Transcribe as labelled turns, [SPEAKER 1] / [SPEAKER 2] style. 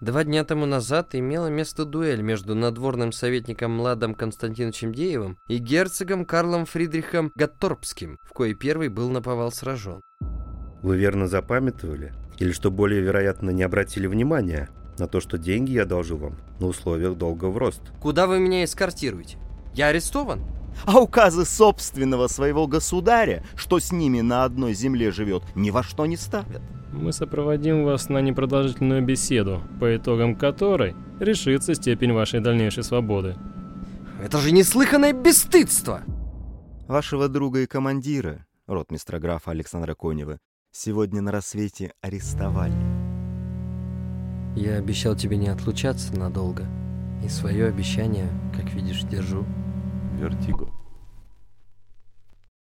[SPEAKER 1] Два дня тому назад имела место дуэль между надворным советником Младом Константиновичем Деевым и герцогом Карлом Фридрихом Гатторпским, в коей первый был наповал сражен.
[SPEAKER 2] Вы верно запамятовали? Или, что более вероятно, не обратили внимания на то, что деньги я одолжил вам на условиях долга в рост?
[SPEAKER 1] Куда вы меня эскортируете? Я арестован?
[SPEAKER 3] А указы собственного своего государя, что с ними на одной земле живет, ни во что не ставят.
[SPEAKER 4] Мы сопроводим вас на непродолжительную беседу, по итогам которой решится степень вашей дальнейшей свободы.
[SPEAKER 1] Это же неслыханное бесстыдство!
[SPEAKER 3] Вашего друга и командира, ротмистра графа Александра Конева, сегодня на рассвете арестовали.
[SPEAKER 1] Я обещал тебе не отлучаться надолго. И свое обещание, как видишь, держу.
[SPEAKER 5] Вертиго.